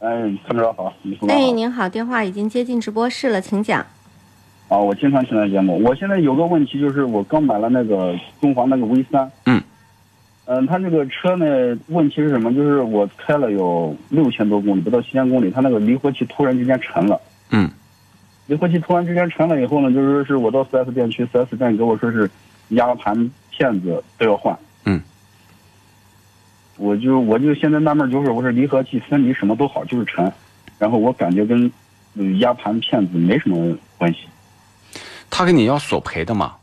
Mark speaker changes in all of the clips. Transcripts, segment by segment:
Speaker 1: 哎，参谋长好，你说
Speaker 2: 哎，您好，电话已经接进直播室了，请讲。
Speaker 1: 啊，我经常听他节目。我现在有个问题，就是我刚买了那个中华那个 V 三，
Speaker 3: 嗯，
Speaker 1: 嗯，它这个车呢，问题是什么？就是我开了有六千多公里，不到七千公里，它那个离合器突然之间沉了。
Speaker 3: 嗯，
Speaker 1: 离合器突然之间沉了以后呢，就是说是我到 4S 店去，4S 店给我说是压盘片子都要换。
Speaker 3: 嗯，
Speaker 1: 我就我就现在纳闷，就是我说离合器分离什么都好，就是沉，然后我感觉跟嗯压盘片子没什么关系。
Speaker 3: 他跟你要索赔的嘛？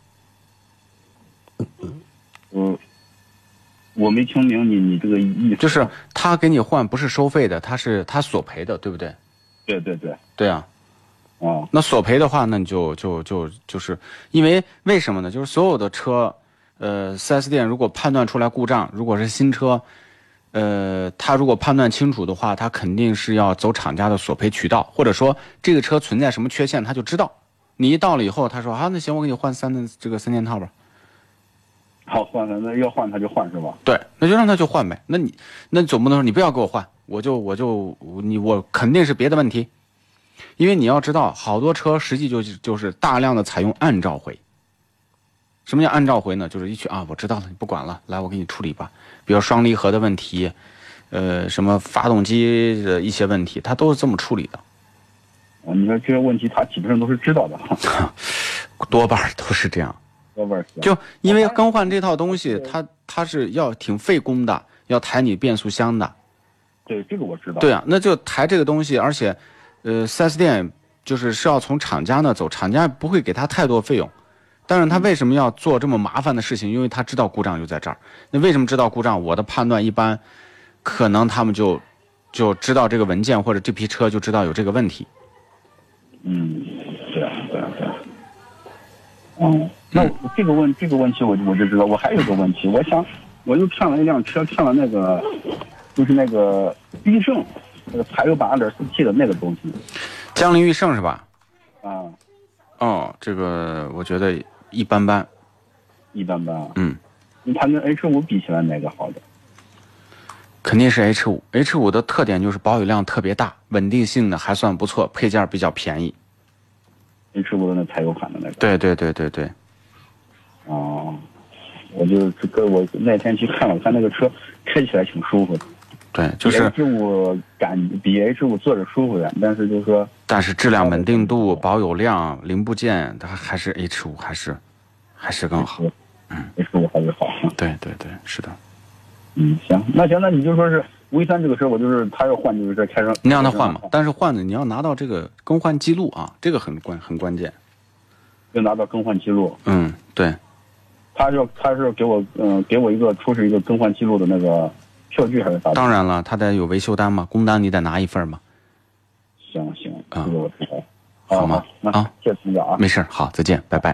Speaker 1: 嗯，我没听明你你这个意思。
Speaker 3: 就是他给你换不是收费的，他是他索赔的，对不对？
Speaker 1: 对对对，
Speaker 3: 对啊，
Speaker 1: 啊，
Speaker 3: 那索赔的话，那你就就就就是因为为什么呢？就是所有的车，呃，4S 店如果判断出来故障，如果是新车，呃，他如果判断清楚的话，他肯定是要走厂家的索赔渠道，或者说这个车存在什么缺陷，他就知道。你一到了以后，他说啊，那行，我给你换三的这个三件套吧。
Speaker 1: 好换了，那要换他就换是吧？
Speaker 3: 对，那就让他去换呗。那你那你总不能说你不要给我换，我就我就你我肯定是别的问题，因为你要知道，好多车实际就是就是大量的采用按召回。什么叫按召回呢？就是一去啊，我知道了，你不管了，来我给你处理吧。比如双离合的问题，呃，什么发动机的一些问题，它都是这么处理的，
Speaker 1: 啊，你说这些问题他基本上都是知道的，
Speaker 3: 多半儿都是这样。
Speaker 1: 要不然是
Speaker 3: 就因为更换这套东西，它它是要挺费工的，要抬你变速箱的。
Speaker 1: 对这个我知道。
Speaker 3: 对啊，那就抬这个东西，而且，呃，4S 店就是是要从厂家那走，厂家不会给他太多费用，但是他为什么要做这么麻烦的事情？因为他知道故障就在这儿。那为什么知道故障？我的判断一般，可能他们就就知道这个文件或者这批车就知道有这个问题。
Speaker 1: 嗯，对啊，对啊，对啊。嗯，那我这个问这个问题我就我就知道。我还有个问题，我想我又看了一辆车，看了那个就是那个缤胜，那个排油版二点四 T 的那个东西
Speaker 3: 江铃驭胜是吧？
Speaker 1: 啊，
Speaker 3: 哦，这个我觉得一般般。
Speaker 1: 一般般啊。
Speaker 3: 嗯，
Speaker 1: 它跟 H 五比起来哪个好点？
Speaker 3: 肯定是 H 五，H 五的特点就是保有量特别大，稳定性呢还算不错，配件比较便宜。
Speaker 1: H 五的那排油款的那个。
Speaker 3: 对对对对对，
Speaker 1: 哦，我就这个我那天去看了，我看那个车开起来挺舒服的，
Speaker 3: 对，就是
Speaker 1: 比 H 五感比 H 五坐着舒服点，但是就是说，
Speaker 3: 但是质量稳定度、保有量、零部件，它还是 H 五，还是还是更好。嗯
Speaker 1: H 五还是好。
Speaker 3: 对对对，是的。
Speaker 1: 嗯，行，那行，那你就说是 V 三这个车，我就是他要换就是这开上，
Speaker 3: 你让他换嘛，但是换的你要拿到这个更换记录啊，这个很关很关键。
Speaker 1: 就拿到更换记录，
Speaker 3: 嗯，对，
Speaker 1: 他就他是给我嗯、给我一个出示一个更换记录的那个票据还是啥的？
Speaker 3: 当然了，他得有维修单嘛，工单你得拿一份嘛。
Speaker 1: 行行，
Speaker 3: 啊
Speaker 1: 这个我知道，
Speaker 3: 好吗
Speaker 1: 那
Speaker 3: 啊
Speaker 1: 谢谢你啊。
Speaker 3: 没事儿，好，再见，拜拜。